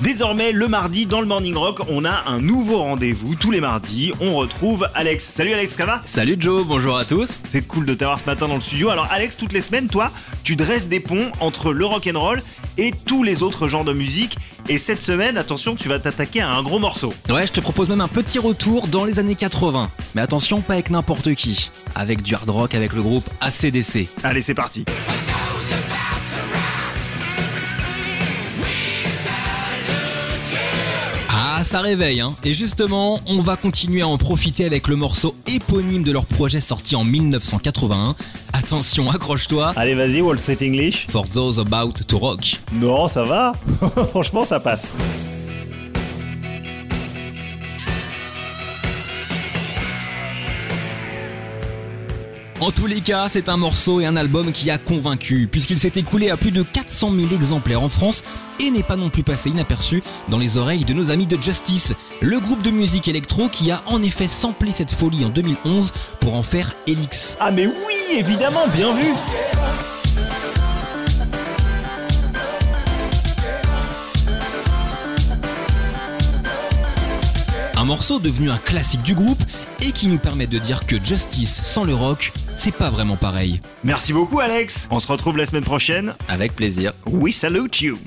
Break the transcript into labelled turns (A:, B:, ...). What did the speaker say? A: Désormais, le mardi, dans le Morning Rock, on a un nouveau rendez-vous. Tous les mardis, on retrouve Alex. Salut Alex, ça va
B: Salut Joe, bonjour à tous.
A: C'est cool de t'avoir ce matin dans le studio. Alors Alex, toutes les semaines, toi, tu dresses des ponts entre le rock and roll et tous les autres genres de musique. Et cette semaine, attention, tu vas t'attaquer à un gros morceau.
B: Ouais, je te propose même un petit retour dans les années 80. Mais attention, pas avec n'importe qui. Avec du hard rock avec le groupe ACDC.
A: Allez, c'est parti.
B: Ah, ça réveille, hein. Et justement, on va continuer à en profiter avec le morceau éponyme de leur projet sorti en 1981. Attention, accroche-toi.
A: Allez, vas-y, Wall Street English.
B: For those about to rock.
A: Non, ça va. Franchement, ça passe.
B: En tous les cas, c'est un morceau et un album qui a convaincu, puisqu'il s'est écoulé à plus de 400 000 exemplaires en France et n'est pas non plus passé inaperçu dans les oreilles de nos amis de Justice, le groupe de musique électro qui a en effet samplé cette folie en 2011 pour en faire Helix.
A: Ah, mais oui, évidemment, bien vu.
B: Un morceau devenu un classique du groupe et qui nous permet de dire que Justice sans le rock, c'est pas vraiment pareil.
A: Merci beaucoup, Alex. On se retrouve la semaine prochaine.
B: Avec plaisir.
A: We salute you.